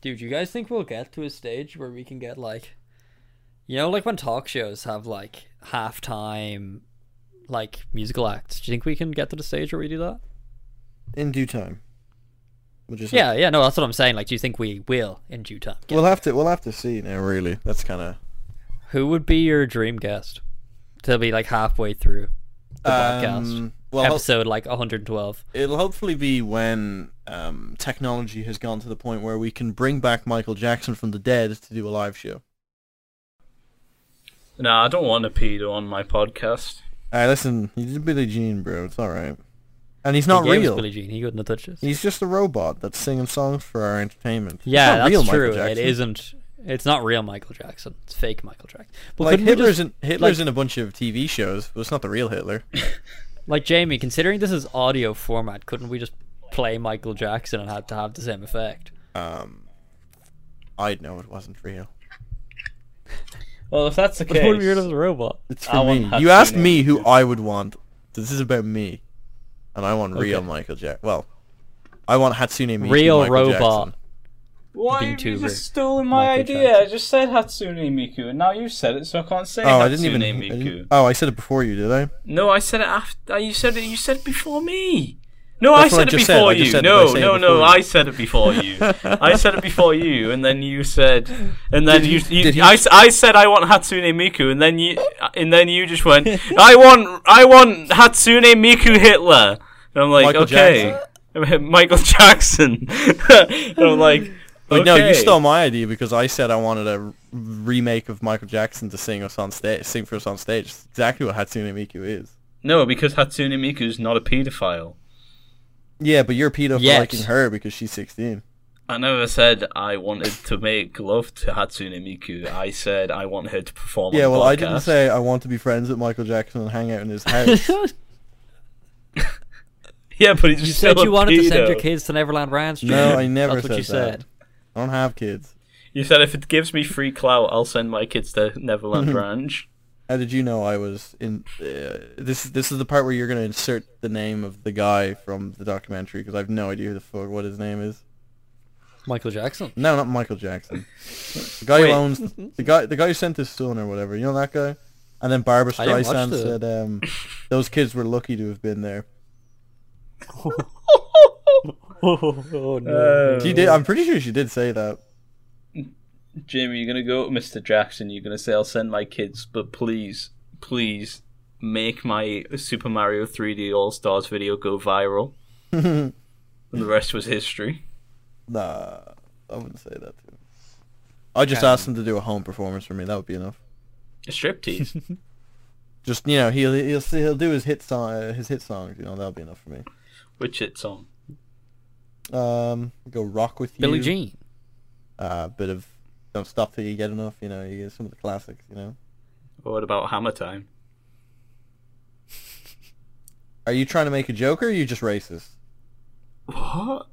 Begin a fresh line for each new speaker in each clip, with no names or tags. Dude, you guys think we'll get to a stage where we can get like, you know, like when talk shows have like halftime, like musical acts. Do you think we can get to the stage where we do that?
in due time. We'll just
Yeah, yeah, no, that's what I'm saying. Like, do you think we will in due time?
we'll have to we'll have to see now. Really, that's kind of
Who would be your dream guest to be like halfway through the podcast
Um, well, ho-
episode, like 112?
it'll hopefully be when um, technology has gone to the point where we can bring back Michael Jackson from the dead to do a live show.
No, I don't want a pedo on my podcast.
All right, listen, he's a Billie Jean, bro. It's all right, and he's not
He gave us
real.
Billie Jean. He couldn't have touched us.
He's just a robot that's singing songs for our entertainment. He's
Yeah,
not
that's
real Michael
true. It
Jackson.
isn't. It's not real Michael Jackson. It's fake Michael Jackson. Well,
Like
couldn't we
Hitler's
just-
in Hitler's
like-
in a bunch of TV shows, but it's not the real Hitler.
Like Jamie, considering this is audio format, couldn't we just play Michael Jackson and had to have the same effect?
Um, I'd know it wasn't real.
Well, if that's the
What
case,
if you're just a robot?
It's
I
for
want
me.
Hudson
You asked
in
me
it.
who I would want. This is about me, and I want real
Okay.
Michael Jack. Well, I want Hatsune Miku.
Real
Michael
robot.
Jackson.
why have you
VTuber,
just stolen my
Michael
idea?
Jackson.
I just said Hatsune Miku, and now you said it, so I can't say
Oh,
Hatsune
I didn't even. I
Miku.
didn't- oh, I said it before you, did I?
No, I said it after. You said it. You said it before me. No,
That's what
I
I
said it
just said,
before
I just
you.
said,
no,
did I say it
no,
before
no.
you?
I said it before you. I said it before you, and then you said, and then you. you
did he-
I, s- I said I want Hatsune Miku, and then you, uh, and then you just went. I want, I want Hatsune Miku Hitler. And I'm like,
Michael
okay, Michael Jackson. and I'm like,
Wait, no, you
okay.
stole my idea because I said I wanted a r- remake of Michael Jackson to sing us on stage, sing for us on stage. It's exactly what Hatsune Miku is.
No, because Hatsune Miku's not a pedophile.
Yeah, but you're a pedo for
Yes.
liking her because she's 16.
I never said I wanted to make love to Hatsune Miku. I said I want her to perform.
Yeah,
on the
well, I didn't
podcast.
say I want to be friends with Michael Jackson and hang out in his house.
Yeah, but it's
You said you wanted to send your
kid.
kids to Neverland Ranch.
No,
Jamie.
I never
That's what you
said that.
said.
I don't have kids.
You said if it gives me free clout, I'll send my kids to Neverland Ranch.
How did you know I was in? Uh, this this is the part where you're gonna insert the name of the guy from the documentary because I have no idea who the fuck what his name is.
Michael Jackson.
No, not Michael Jackson. The guy
Wait.
who owns the guy the guy who sent his son or whatever. You know that guy. And then Barbara
I didn't watch
Streisand
the-
said um, those kids were lucky to have been there.
Oh, no.
Uh,
She did. I'm pretty sure she did say that.
Jamie, you're gonna go to Mr. Jackson. You're gonna say I'll send my kids, but please, please make my Super Mario 3D All Stars video go viral. and the rest was history.
Nah, I wouldn't say that. To him. I just asked him to do a home performance for me. That would be enough.
A striptease.
Just you know, he'll he'll he'll do his hit song uh, his hit songs. You know, that'll be enough for me.
Which it's on.
Um, go rock with you.
Billie Jean.
Uh, bit of don't stop till you get enough. You know, you get some of the classics. You know,
What about Hammer Time?
are you trying to make a joke or are you just racist?
What?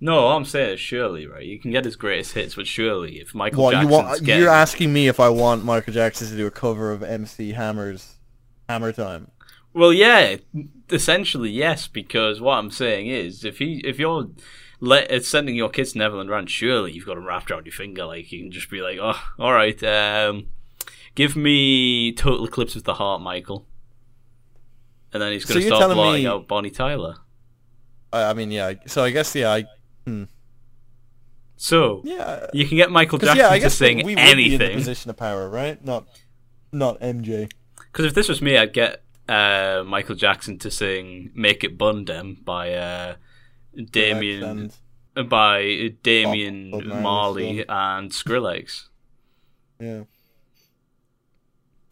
no, I'm saying surely, right? You can get his greatest hits with surely if Michael
What you
Jackson's
want?
getting-
You're asking me if I want Michael Jackson to do a cover of MC Hammer's Hammer Time.
Well, yeah, essentially yes, because what I'm saying is if he if you're let, it's sending your kids to Neverland Ranch, surely you've got them wrapped around your finger. Like you can just be like, oh, all right, um, give me Total Eclipse of the Heart, Michael, and then he's
So
gonna
you're
start
telling
blotting
me-
out Bonnie Tyler.
I, I mean, yeah. I- So I guess yeah, I,
So
yeah.
you can get Michael
'Cause,
Jackson
yeah, I
to
guess
sing
we would be in the
anything.
position of power, right? Not, not MJ.
Because if this was me, I'd get uh, Michael Jackson to sing "Make It Bundem" by uh, Damien
And-
by Damien
Bob Marley's
Marley and Skrillex.
Yeah.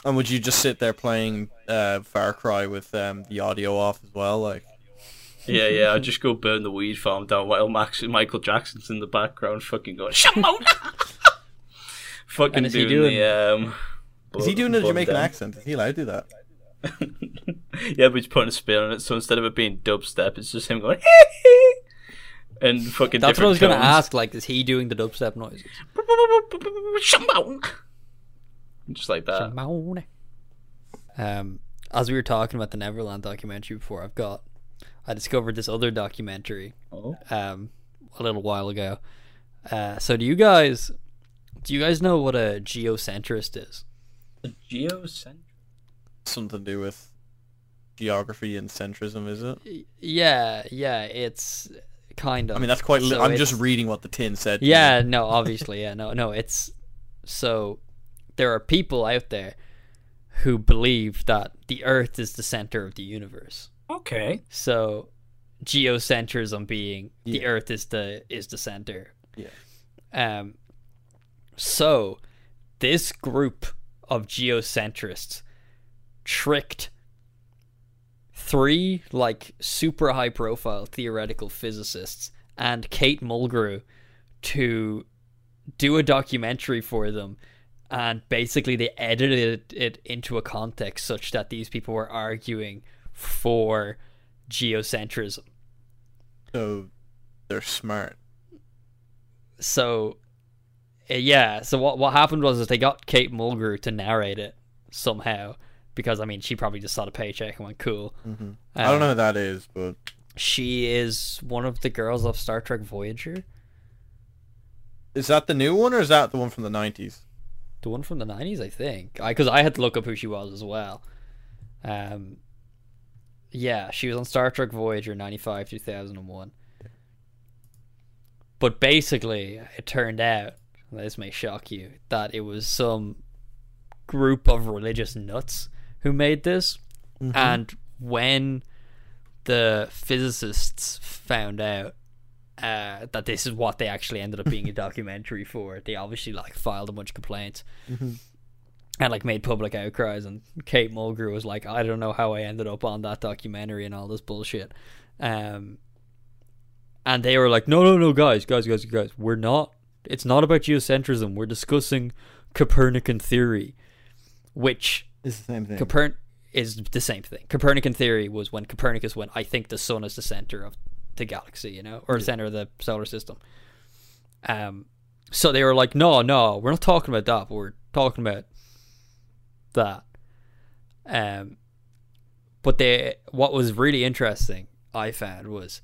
And would you just sit there playing uh, Far Cry with um, the audio off as well? Like,
Yeah, yeah. I'd just go burn the weed farm down while Max Michael Jackson's in the background, fucking going shut out. fucking
And is he
doing,
doing-
the um.
is he doing a
the
Jamaican accent? Is he allowed to do that?
yeah, but he's putting a spin on it. So instead of it being dubstep, it's just him going. And fucking
That's what I was
going to
gonna ask. Like, is he doing the dubstep noises?
Just like
Uh,
that.
Shimone. Um, as we were talking about the Neverland documentary before, I've got I discovered this other documentary
Oh.
um, a little while ago. Uh, so do you guys do you guys know what a geocentrist is?
The geocentric.
Something to do with geography and centrism, is it?
Y- Yeah, yeah, it's kind of.
I mean, that's quite. Li-
So
I'm just
it's-
reading what the tin said. to me.
Yeah, no, obviously, yeah, no, no. It's so there are people out there who believe that the Earth is the center of the universe.
Okay.
So geocentrism being the
Yeah.
Earth is the is the center.
Yeah.
Um. So this group of geocentrists tricked three like super high profile theoretical physicists and Kate Mulgrew to do a documentary for them and basically they edited it into a context such that these people were arguing for geocentrism
So they're smart.
so uh, yeah so what what happened was is they got kate mulgrew to narrate it somehow because i mean she probably just saw the paycheck and went cool Um,
hmm I don't know who that is, but
she is one of the girls of star trek voyager
is that the new one or is that the one from the 90s?
the one from the 90s i think because I, had to look up who she was as well um yeah she was on star trek voyager 95 2001 but basically it turned out this may shock you that it was some group of religious nuts who made this and when the physicists found out uh, that this is what they actually ended up being a documentary for, they obviously like filed a bunch of complaints and like made public outcries. And Kate Mulgrew was like, "I don't know how I ended up on that documentary and all this bullshit." Um, and they were like, "No, no, no, guys, guys, guys, guys, we're not. It's not about geocentrism. We're discussing Copernican theory, which."
It's the same thing.
Copern is the same thing. Copernican theory was when Copernicus went, I think the sun is the center of the galaxy, you know, or the center of the solar system. Um, so they were like, no, no, we're not talking about that. But we're talking about that. Um, but they, what was really interesting, I found was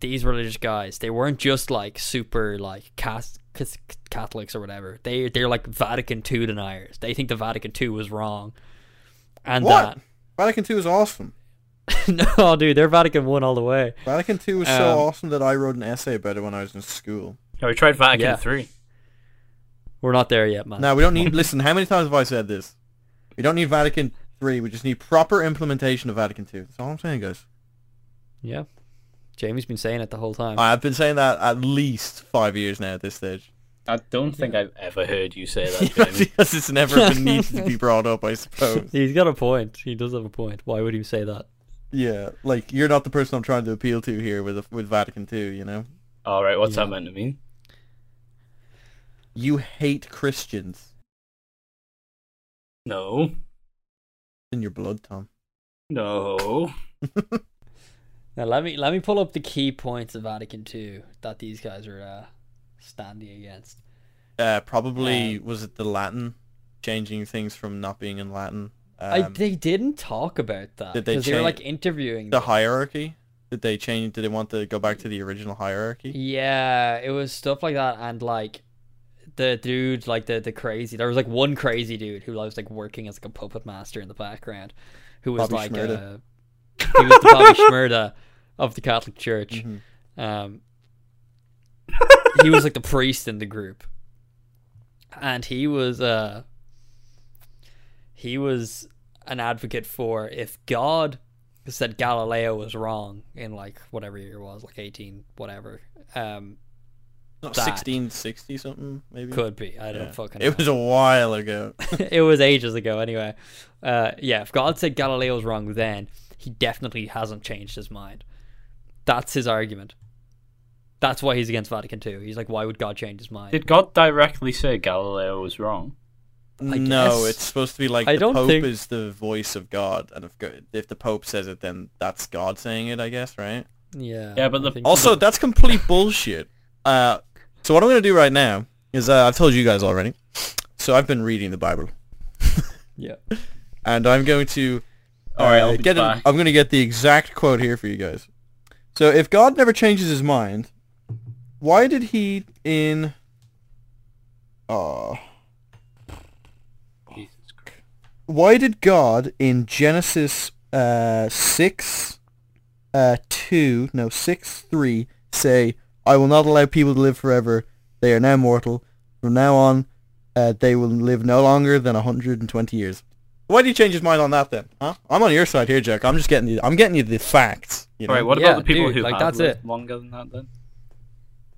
these religious guys. They weren't just like super like cast. Catholics or whatever they they're like Vatican II deniers. They think the Vatican II was wrong, and
What? Vatican II is awesome.
that no, dude, they're Vatican One all the way.
Vatican II was
Um,
so awesome that I wrote an essay about it when I was in school.
Yeah, we tried Vatican
Yeah.
three.
We're not there yet, man.
Now we don't need. listen, how many times have I said this? We don't need Vatican III. We just need proper implementation of Vatican II. That's all I'm saying, guys.
Yeah, Jamie's been saying it the whole time.
I've been saying that at least five years now at this stage.
I don't think I've ever heard you say that, Jamie.
because it's never been needed to be brought up, I suppose.
He's got a point. He does have a point. Why would he say that?
Yeah, like you're not the person I'm trying to appeal to here with with Vatican II. You know,
All right, what's
Yeah.
that meant to mean?
you hate Christians
No,
in your blood, Tom.
no.
Now let me let me pull up the key points of Vatican II that these guys are uh, standing against.
Uh, probably was it the Latin, changing things from not being in Latin.
I,
Um,
they didn't talk about that
did they
because they were
change-
like interviewing.
the
them.
hierarchy. Did they change? Did they want to go back to the original hierarchy?
Yeah, it was stuff like that, and like the dude, like the the crazy. There was like one crazy dude who was like working as like a puppet master in the background, who was
Bobby
like uh,
Shmurda.
he was the Bobby Shmurda of the Catholic Church.
Mhm.
Um, he was like the priest in the group, and he was uh, he was an advocate for if God said Galileo was wrong in like whatever year it was, like eighteen whatever. Um,
Not
that.
1660 something, maybe.
could be. I don't
Mm. Yeah.
fucking. Know.
It was a while ago.
it was ages ago anyway. Uh, yeah, if God said Galileo's wrong then, he definitely hasn't changed his mind. That's his argument. That's why he's against Vatican II. He's like, why would God change his mind?
Did God directly say Galileo was wrong?
no,
guess.
it's supposed to be like
I
the
don't
Pope
think-
is the voice of God, and if go- if the Pope says it, then that's God saying it, I guess, right?
yeah.
Yeah, but
I
the-
think-
Also, that's complete bullshit. Uh, so what I'm gonna do right now is uh, I've told you guys already. So I've been reading the Bible,
yeah.
and I'm going to. uh,
All right, I'll be
get it-
back.
I'm going to get the exact quote here for you guys. So if God never changes his mind, why did he in oh,
Jesus Christ.
why did God in Genesis uh, 6 uh, 2 no 6 3 say I will not allow people to live forever they are now mortal from now on uh, they will live no longer than 120 years why did he change his mind on that then huh I'm on your side here Jack I'm just getting you I'm getting you the facts you know?
All right. What
Yeah,
about the people
dude,
who
like,
have
that's
lived
it.
longer than that? Then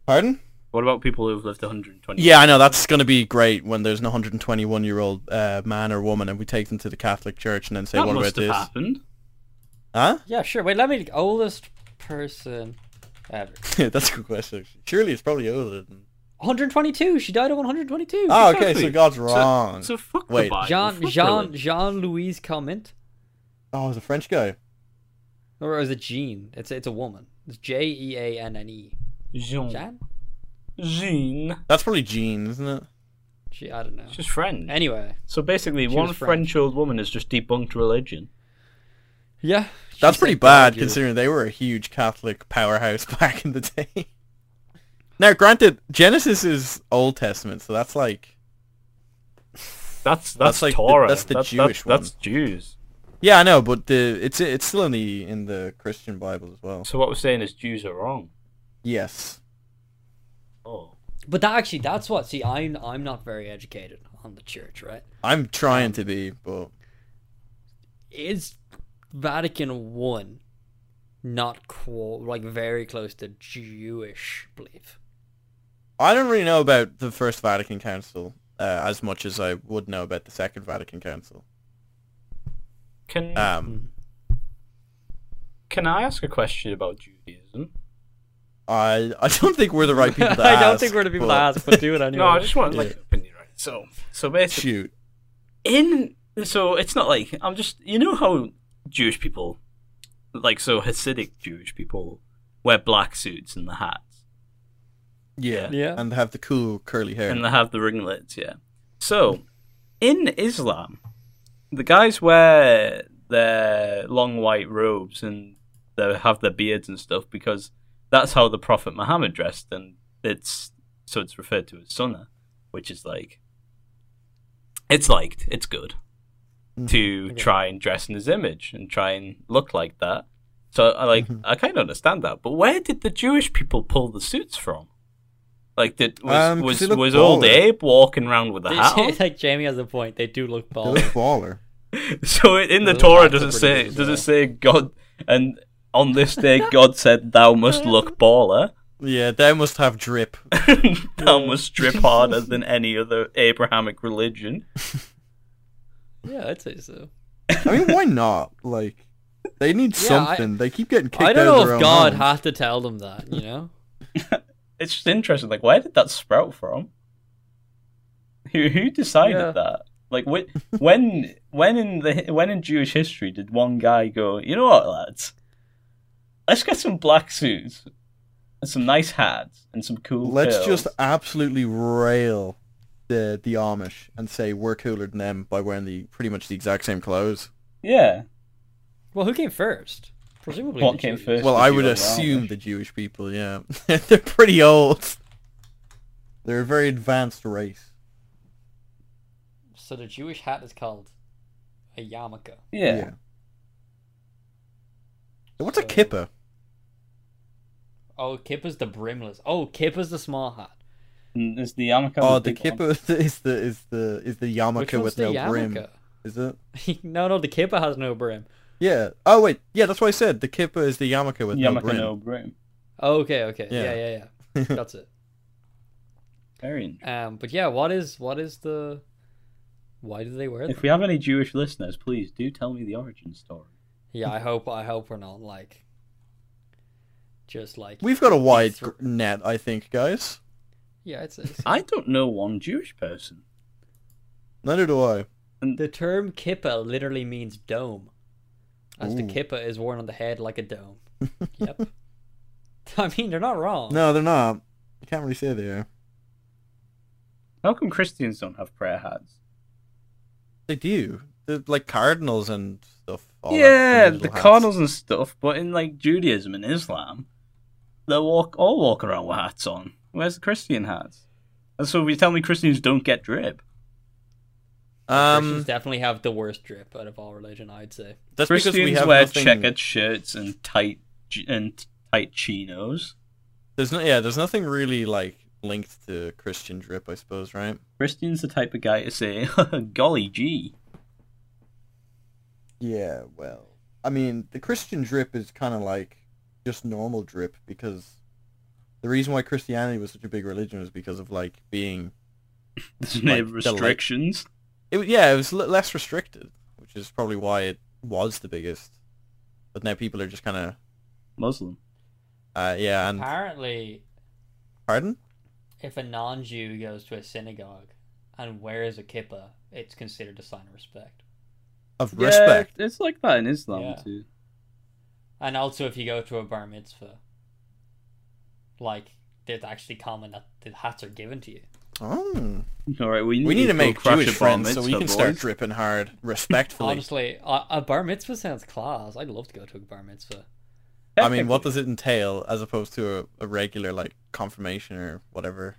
pardon
what about people who've lived 120?
Yeah, I know that's going to be great when there's an 121 year old uh, man or woman, and we take them to the Catholic Church and then say,
that
"What about
must have
this?"
happened.
Huh?
Yeah, sure. Wait, let me oldest person ever.
that's a good question. Surely it's probably older than.
122. She died at 122.
Oh, okay,
Exactly.
so God's
So-
wrong.
So, fuck the
Wait.
Bible.
Jean
fuck
Jean
religion.
Jean Louise Comment,
Oh, it's a French guy.
or is it Jean? It's it's a woman. It's J E A N N E.
Jean.
Jan?
Jean.
That's probably Jean, isn't it?
She I don't know.
She's French.
Anyway,
so basically,
She
one
was
French.
French.
old woman has just debunked religion.
yeah, she
That's
said
pretty
God,
bad
you-
considering they were a huge Catholic powerhouse back in the day. now, granted, Genesis is Old Testament, so that's like.
That's that's,
That's like the-
Torah.
that's the
That- that-
Jewish one.
That's Jews.
Yeah, I know, but the it's it's still in the in the Christian Bible as well.
So what we're saying is Jews are wrong.
Yes.
Oh,
But that actually, that's what. See, I'm I'm not very educated on the church, right?
I'm trying to be, but
Is Vatican One not qu- like very close to Jewish belief?
I don't really know about the First Vatican Council uh, as much as I would know about the Second Vatican Council.
can
Um,
can I ask a question about Judaism?
I I don't think we're the right people to
I
ask.
don't think we're the people
but-
to ask, but do it anyway.
No, I just want like
Yeah.
an opinion, right? So so basically,
Shoot.
in so it's not like I'm just you know how Jewish people, like so Hasidic Jewish people, wear black suits and the hats.
Yeah.
Yeah.
And have the cool curly hair.
and they have the ringlets. Yeah. So, in Islam, the guys wear their long white robes and they have their beards and stuff because that's how the Prophet Muhammad dressed, and it's so it's referred to as sunnah, which is like it's liked, it's good
Mm-hmm.
to
Okay.
try and dress in his image and try and look like that. So I like
Mm-hmm.
I kind of understand that, but where did the Jewish people pull the suits from? Like did was
Um, 'cause
was,
they look
was old
baller.
Abe walking around with a
They-
hat? on?
like Jamie has a point. They do look
They
bald.
look baller.
so it- in the
Those
Torah
hats are
does it
pretty
say
good as
does
well.
it say God and on this day God said thou must look baller,
Yeah, they must have drip.
thou must strip harder than any other Abrahamic religion.
yeah, I'd say so.
I mean, why not? Like, they need
Yeah, I-
something. they keep getting kicked
I don't
out of
know
their
if
own
God
home.
had to tell them that, you know?
It's just interesting. Like where did that sprout from? Who who decided
Yeah.
that? Like when when when in the when in Jewish history did one guy go? You know what, lads? Let's get some black suits, and some nice hats, and some cool.
Let's
curls."
just absolutely rail the the Amish and say we're cooler than them by wearing the pretty much the exact same clothes.
yeah.
Well, who came first? Presumably.
What
the
came
Jews.
first?
Well,
the
I
Jew
would
or the Amish.
assume the Jewish people, yeah. They're pretty old. They're a very advanced race.
So the Jewish hat is called a yarmulke.
Yeah.
So What's a
So-
kippa?
Oh, kippa's the brimless. Oh, kippa's the small hat.
And there's the yarmulke.
Oh,
with
the
big
kippa is the is the is the
Which
yarmulke
one's
with
the
no brim.
yarmulke?
Is it?
no, no, the kippa has no brim.
Yeah. Oh wait, yeah, that's what I said. The kippa is the yarmulke with
one.
no
yarmulke
brim.
no brim.
Oh, okay, okay.
Yeah.
Yeah, yeah, yeah. That's it.
Very interesting.
Um, but yeah, what is what is the? Why do they wear
If
them?
we have any Jewish listeners, please do tell me the origin story.
Yeah, I hope I hope we're not like. Just like
We've got a wide
Thro-
gr- net, I think, guys.
yeah, it's, it's
I don't know one Jewish person.
Neither do I.
The term kippa literally means dome, as the
Ooh.
kippa is worn on the head like a dome. yep. I mean, they're not wrong.
No, they're not. You can't really say they are.
How come Christians don't have prayer hats?
They do. They're like cardinals and
stuff. all that
yeah,
from
the
little hats.
cardinals and stuff, but in like Judaism and Islam, they walk all walk around with hats on. Where's the Christian hats? And so you tell me Christians don't get drip.
Christians
Um,
definitely have the worst drip out of all religion, I'd say.
that's because
Christians
we have
wear
nothing.
checkered shirts and tight j- and tight chinos.
There's no, yeah, there's nothing really like linked to Christian drip, I suppose, right?
Christian's the type of guy to say, "Golly gee."
Yeah, well, I mean, the Christian drip is kind of like just normal drip because the reason why Christianity was such a big religion was because of like being
There's no
Like, the light-
restrictions.
It, w- yeah, it was l- less restricted, which is probably why it was the biggest. But now people are just kind of,
Muslim.
uh, yeah, and
Apparently,
pardon.
if a non Jew goes to a synagogue and wears a kippah, it's considered a sign of respect.
Of respect.
Yeah, it's like that in Islam
Yeah.
too.
And also, if you go to a bar mitzvah, like, it's actually common that the hats are given to you.
Oh.
All right, we need,
We need to
go
make
crash
Jewish
a bar
friends so we
mitzvah,
can start
boys.
dripping hard respectfully.
Honestly, a, a bar mitzvah sounds class. I'd love to go to a bar mitzvah.
I mean, what does it entail as opposed to a, a regular like confirmation or whatever?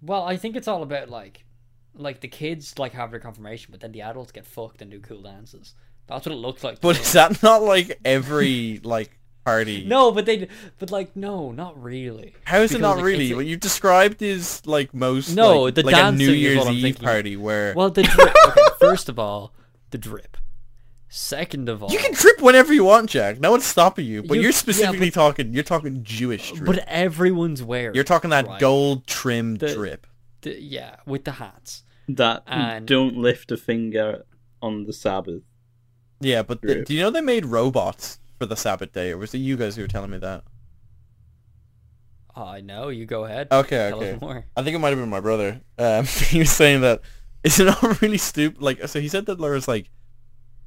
Well, I think it's all about like, like the kids like have their confirmation, but then the adults get fucked and do cool dances. That's what it looks like. to
But
me.
is that not like every like party?
no, but they, but like no, not really.
How is it
Because,
not
like,
really?
it's-
What you've described is like most
No,
like,
the
like a
dancing
New
is
Year's
what I'm
Eve
thinking.
party where
Well, the drip. Okay, first of all, the drip. Second of all,
you can drip whenever you want, Jack. No one's stopping you. But
You-
you,
yeah,
are
but-
specifically talking. You're talking Jewish drip.
but everyone's wearing.
you're talking that
right?
gold trimmed
The-
drip.
The- yeah, with the hats.
that
And-
don't lift a finger on the Sabbath.
Yeah, but th-
drip.
do you know they made robots for the Sabbath day, or was it you guys who were telling me that?
Oh, I know. You go ahead.
Okay,
Tell
okay.
us more.
I think it might have been my brother. Um, he was saying that it's not really stupid. Like, so he said that there was like,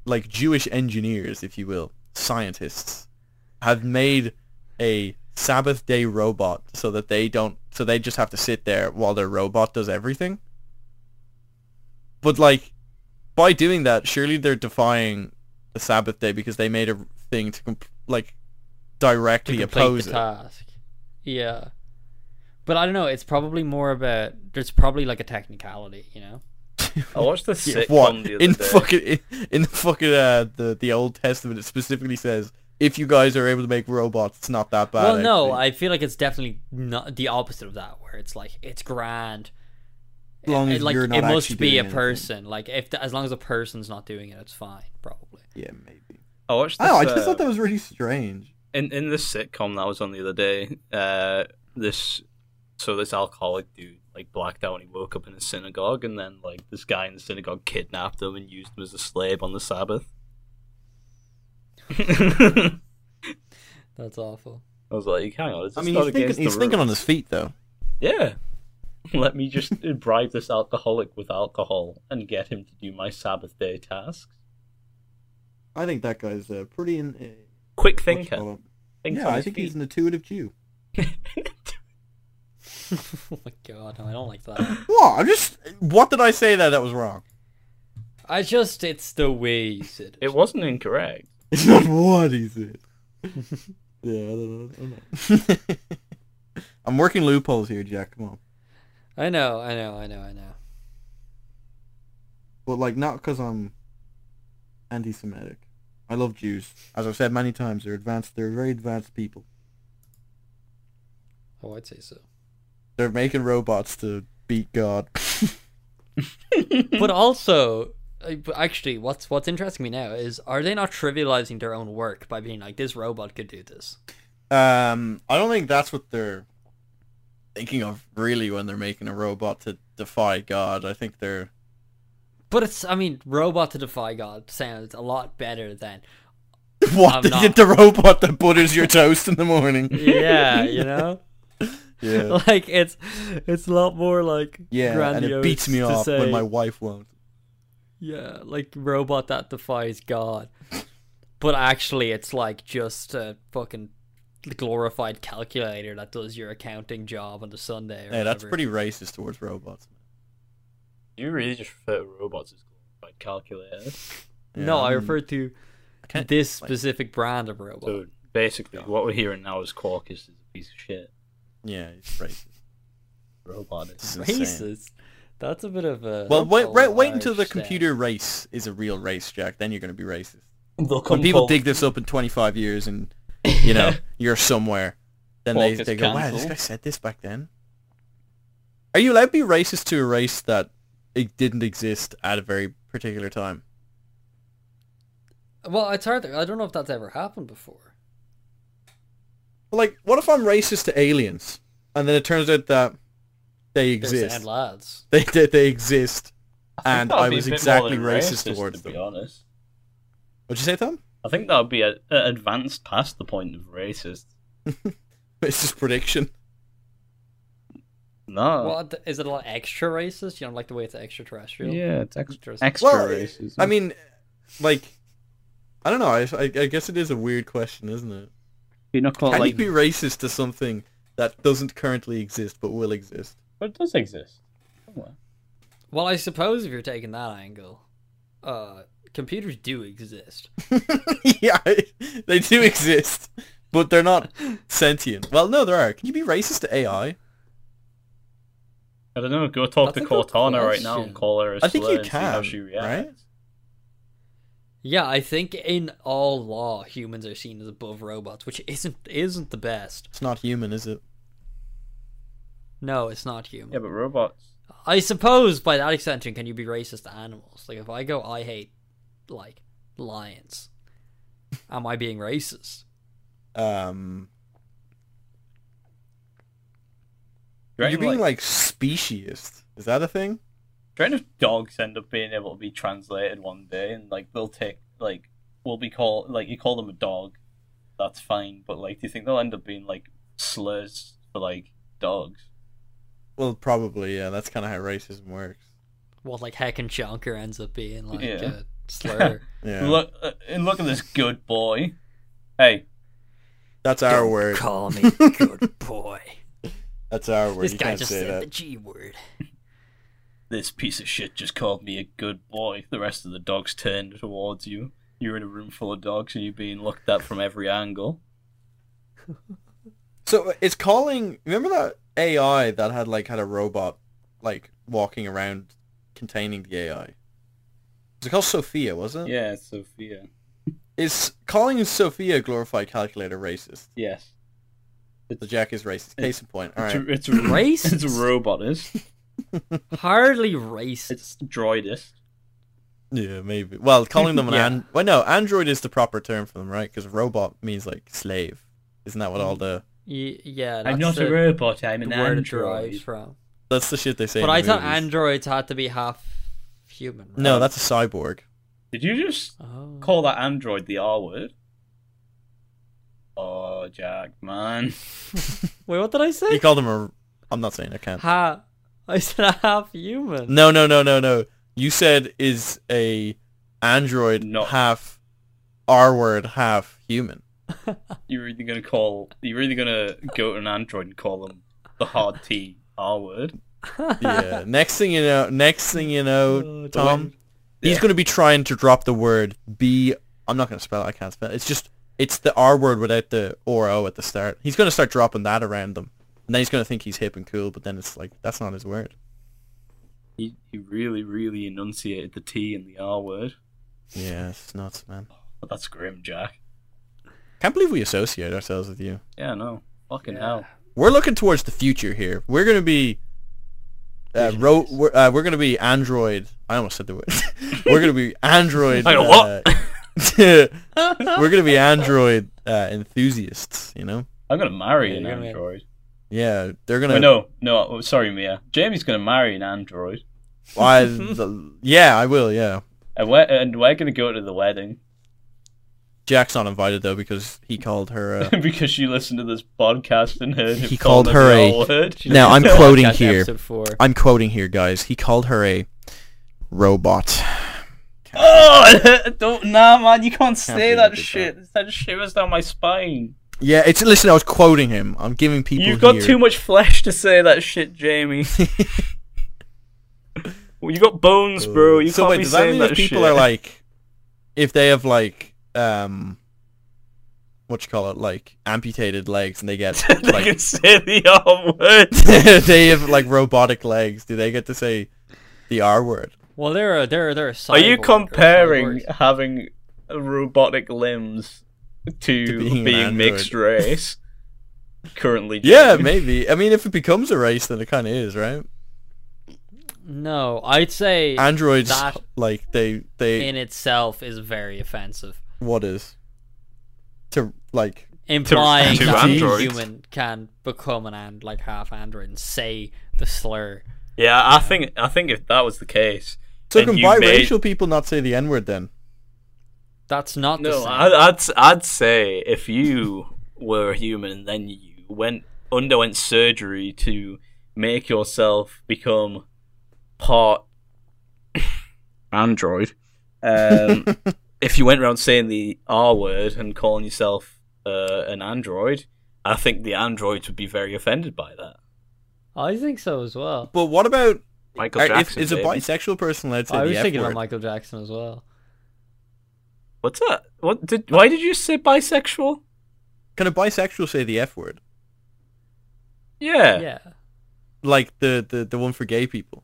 like Jewish engineers, if you will, scientists, have made a Sabbath day robot so that they don't, so they just have to sit there while their robot does everything. But like, by doing that, surely they're defying the Sabbath day because they made a thing to comp- like
To
directly
complete
oppose
the
it.
task. Yeah, but I don't know. It's probably more about. There's probably like a technicality, you know.
I watched the
Yeah,
sitcom
what
the other
in
day.
fucking in, in the fucking uh, the the Old Testament it specifically says if you guys are able to make robots, it's not that bad.
well, no,
actually."
I feel like it's definitely not the opposite of that, where it's like it's grand.
As long
It-
as
like
you're not
it
actually
must be
doing
a
anything.
person. Like if the, as long as a person's not doing it, it's fine. Probably.
Yeah, maybe.
I watched.
I
This,
Oh,
don't know, I just
uh,
thought that was really strange.
in in this sitcom that I was on the other day, uh, this so this alcoholic dude like blacked out and he woke up in a synagogue, and then like this guy in the synagogue kidnapped him and used him as a slave on the Sabbath. I
That's awful.
was like, hang on, is
I
this
mean,
not
he's
against
thinking,
the
he's thinking on
rules?
his feet though.
yeah. Let me just bribe this alcoholic with alcohol and get him to do my Sabbath day tasks.
I think that guy's uh, pretty in. Uh,
Quick
what's it
thinker.
called?
Thinks
Yeah,
on
I
his
think
feet.
he's an intuitive Jew.
oh my god, no, I don't like that.
What? I'm just.
What did I say that that was wrong?
I just it's the way you said it.
it wasn't incorrect.
It's not what he said. yeah, I don't know. I don't know.
I'm working loopholes here, Jack. Come on.
I know, I know, I know, I know.
But like, not because I'm anti-Semitic. I love Jews. As I've said many times, they're advanced. They're very advanced people.
Oh, I'd say so.
They're making robots to beat God.
but also, I- but actually, what's what's interesting me now is are they not trivializing their own work by being like this robot could do this?
Um, I don't think that's what they're thinking of really when they're making a robot to defy God. I think they're
But it's I mean, robot to defy God sounds a lot better than
what
I'm
they
not.
did the robot that butters your toast in the morning.
yeah, you know.
Yeah.
like it's it's a lot more like
Yeah, and it
grandiose
beats me
to
off when
say,
my wife won't.
yeah like robot that defies God, but actually it's like just a fucking glorified calculator that does your accounting job on the Sunday. Or
Yeah, that's
whatever.
pretty racist towards robots.
You really just refer to robots as glorified calculators.
no, I
um,
refer to
can't
this
like-
specific brand of robot.
So basically, what we're hearing now is Quark is a piece of shit.
Yeah, it's racist.
Robot
It's
is.
insane.
Racist. That's a bit of a
Well, wait,
that's a
right, wait until the
large
computer race is a real race, Jack. Then you're going to be racist.
They'll
When people dig this up in 25 years and, you know, you're somewhere, then they,
Focus
they go, wow, this
cancel.
guy said this back then. Are you allowed to be racist to a race that it didn't exist at a very particular time?
stamp. Well, it's hard. I don't know if that's ever happened before.
But, like, what if I'm racist to aliens and then it turns out that they
There's
exist?
and lads.
They, they, they exist and I was exactly racist, towards
to be
them.
honest.
What'd you say, Tom?
I think that would be a, a advanced past the point of racist.
It's just prediction.
No.
Well, th- is it a lot extra racist? You don't like the way it's extraterrestrial?
Yeah, it's ex-
Interesting.
extra
Well,
racist.
I mean, like, I don't know. I, I, I guess it is a weird question, isn't it?
you're not called
Can
like,
you be racist to something that doesn't currently exist but will exist?
but it does exist. Somewhere.
Well, I suppose if you're taking that angle, uh, computers do exist.
yeah, they do exist, but they're not sentient. Well, no, there are. Can you be racist to AI?
I don't know. Go talk
That's
to
a good
Cortana right now
question.
and call her a
I think
slur
you
and see how
can,
she reacts.
right?
Yeah, I think in all law, humans are seen as above robots, which isn't isn't the best.
It's not human, is it?
No, it's not human.
Yeah, but robots.
I suppose by that extension, can you be racist to animals? Like if I go, I hate like lions. Am I being racist?
Um,
Do you
you're
reckon,
being
like,
like speciesist. Is that a thing?
do you reckon if dogs end up being able to be translated one day, and like they'll take like we'll be called like you call them a dog, that's fine. But like, do you think they'll end up being like slurs for like dogs?
Well, probably. Yeah, that's kind of how racism works.
What like heck and chonker ends up being like
Yeah.
a slur?
Yeah,
Look uh, and look at this good boy. Hey,
that's our
Don't
word.
Call me good boy.
That's our word.
this
you
guy
can't
just
say
said
that.
the G word.
this piece of shit just called me a good boy. The rest of the dogs turned towards you. You're in a room full of dogs, and you're being looked at from every angle.
So uh, it's calling. Remember that AI that had like had a robot like walking around containing the AI. It was called Sophia, was it?
Yeah, Sophia.
Is calling Sophia a glorified calculator racist?
Yes.
The Jack is racist. Case in point. All
It's,
right.
a, it's a
Racist.
It's a robotist.
Hardly racist.
It's droidist.
Yeah, maybe. Well, calling them an
Yeah.
an- well, no, android is the proper term for them, right? Because robot means like slave. Isn't that what all the
Y- yeah, that's
I'm not
the,
a robot. I'm
the
an
word it derives
android.
from.
that's the shit they say.
But
in the
I thought
movies.
androids had to be half human. Right?
No, that's a cyborg.
Did you just
Oh.
call that android the R word? Oh, Jack, man.
Wait, what did I say?
You call them a. I'm not saying I can't.
Ha! I said half human.
No, no, no, no, no. You said is a android
No.
half R word half human.
You're really gonna call? You're really gonna go to an android and call them the hard T R word?
Yeah. next thing you know, next thing you know,
Oh,
Tom,
don't-
he's going to be trying to drop the word B. I'm not going to spell it. I can't spell it. It's just it's the R word without the or O at the start. He's going to start dropping that around them, and then he's going to think he's hip and cool. But then it's like that's not his word.
He, he really, really enunciated the T and the R word.
Yeah, it's nuts, man.
But that's grim, Jack.
Can't believe we associate ourselves with you.
Yeah, no. Fucking hell.
we're looking towards the future here. We're gonna be uh, ro- we're, uh, we're gonna be Android. I almost said the word. we're gonna be Android.
I go,
uh, we're gonna be Android uh, enthusiasts. You know?
I'm gonna marry
Yeah,
an
you're gonna-
android.
Yeah, they're gonna.
Wait, no, no. oh, Sorry, Mia. Jamie's gonna marry an android,
I- the- yeah, I will. Yeah.
and we're and we're gonna go to the wedding
Jack's not invited though because he called her. Uh,
because she listened to this podcast and heard
He
him
called
call
her
the
a-
R word.
now I'm quoting
Podcast
here.
Episode four.
I'm quoting here, guys. He called her a robot.
Oh, don't nah, man! You can't say
believe you
that
did that.
shit. That shivers down my spine.
Yeah, it's listen. I was quoting him. I'm giving people.
You've got
here-
too much flesh to say that shit, Jamie. well, you got bones, bro. You
so
can't
wait,
be
Uh, does that
saying
mean
that
if people
shit.
are like, if they have like um, what you call it, like amputated legs, and they get
they
like
can say the R word.
they have like robotic legs. Do they get to say the R word?
Well, they're a, they're a- they're a
Are you
cyborg or
comparing
cyborgs.
having robotic limbs to,
To being
being,
an
mixed race? Currently,
Yeah,
Jane.
maybe. I mean, if it becomes a race, then it kind of is, right?
No, I'd say
Androids,
that-
like they they
in itself is very offensive,
what is to like
implying
to
that a
androids.
human can become an and like half android and say the slur.
Yeah, I think I think if that was the case,
so
then
can
you made-
biracial people not say the n word then?
That's not the
No,
same.
I, I'd I'd say if you were a human and then you went underwent surgery to make yourself become part android, um, if you went around saying the R word and calling yourself uh, an android, I think the androids would be very offended by that.
I think so as well.
But what about
Michael
Uh,
are, if,
Jackson
is a
baby.
bisexual person allowed to say
I was
the
thinking
F
of
word?
Michael Jackson as well.
What's that? What did? Why did you say bisexual?
Can a bisexual say the F word?
Yeah.
Yeah,
Like the, the, the one for gay people.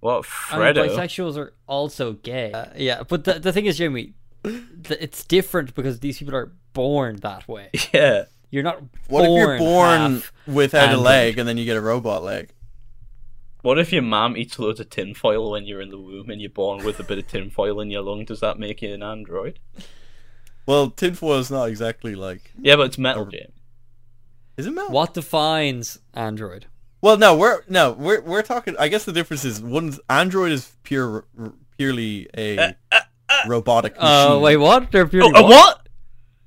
What
I mean,
Fredo?
bisexuals are also gay. Uh, yeah, but the the thing is, Jamie, th- it's different because these people are born that way.
yeah.
You're not
What if you're born
half
without a
android.
leg and then you get a robot leg?
What if your mom eats loads of tinfoil when you're in the womb and you're born with a bit of tinfoil in your lung? Does that make you an android?
Well, tinfoil is not exactly like
Yeah, but it's metal,
Or-
Jim.
is it metal?
What defines android?
Well, no, we're no, we're we're talking. I guess the difference is one's Android is pure, purely a robotic machine.
Uh, wait, what? They're purely
Oh, uh, what?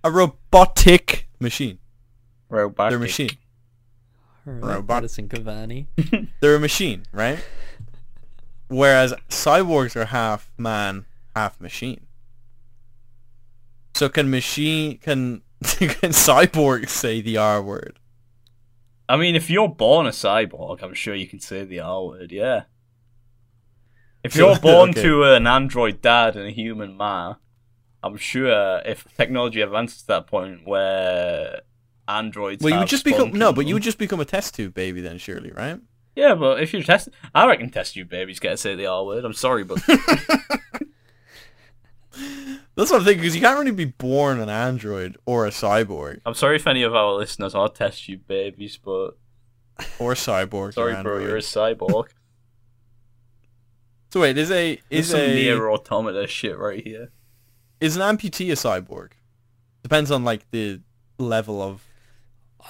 a robotic machine.
Robotic.
They're a machine. Robot.
Citizen Cavani.
They're a machine, right? Whereas cyborgs are half man, half machine. So can machine can can cyborgs say the R word?
I mean, if you're born a cyborg, I'm sure you can say the R word, yeah. If you're born
Okay.
to an android dad and a human ma, I'm sure if technology advances to that point where androids.
well, you
have
would just become no,
sponges-
but you would just become a test tube baby then, surely, right?
Yeah, but if you test, I reckon test you babies get to say the R word. I'm sorry, but
That's what I'm thinking because you can't really be born an android or a cyborg.
I'm sorry if any of our listeners are test tube babies, but
or cyborg.
sorry,
or
bro,
android.
you're a cyborg.
So wait, is a
It's
is
some
a
near automata shit right here.
is an amputee a cyborg? Depends on like the level of.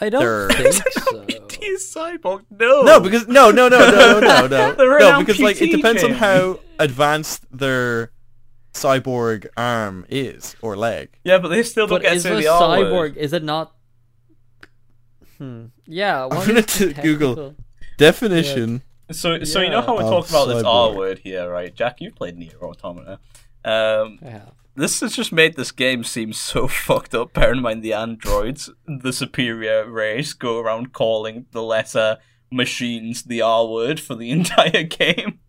I don't
They're-
think so.
Is cyborg? No,
No, because no, no, no, no, no, no,
They're
no.
an
no, because like it
amputee,
depends on
Jim.
how advanced their cyborg arm is or leg.
yeah, but they still don't
But
get to
is
say
a
the R word.
cyborg? Is it not? Hmm. Yeah. what
gonna
is
t-
the
Google.
technical-
Definition.
So, so you know
Yeah.
how we're
Oh,
talking about this R
cyborg.
word here, right? Jack, you played near automata. Um,
I have.
this has just made this game seem so fucked up. Bear in mind, the androids, the superior race, go around calling the letter machines the R word for the entire game.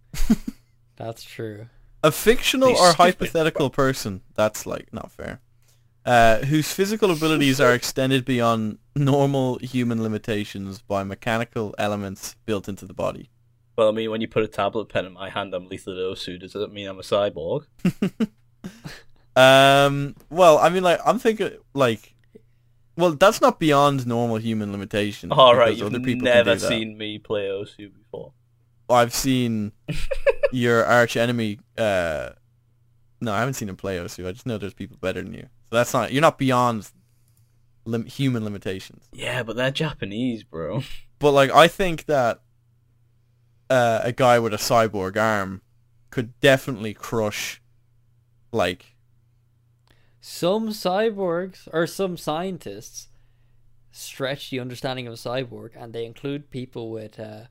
That's true.
A fictional
These
or
stupid-
hypothetical person. That's like not fair. Uh, whose physical abilities are extended beyond normal human limitations by mechanical elements built into the body.
Well, I mean, when you put a tablet pen in my hand, I'm lethal Osu. Does that mean I'm a cyborg?
Um. Well, I mean, like, I'm thinking, like, well, that's not beyond normal human limitation.
All right,
because
you've
other people can
never
do that.
seen me play Osu before.
I've seen your arch enemy. Uh, no, I haven't seen him play Osu. I just know there's people better than you. So that's not. You're not beyond lim- human limitations.
Yeah, but they're Japanese, bro.
But like, I think that uh, a guy with a cyborg arm could definitely crush, like,
Some cyborgs or some scientists stretch the understanding of a cyborg, and they include people with uh,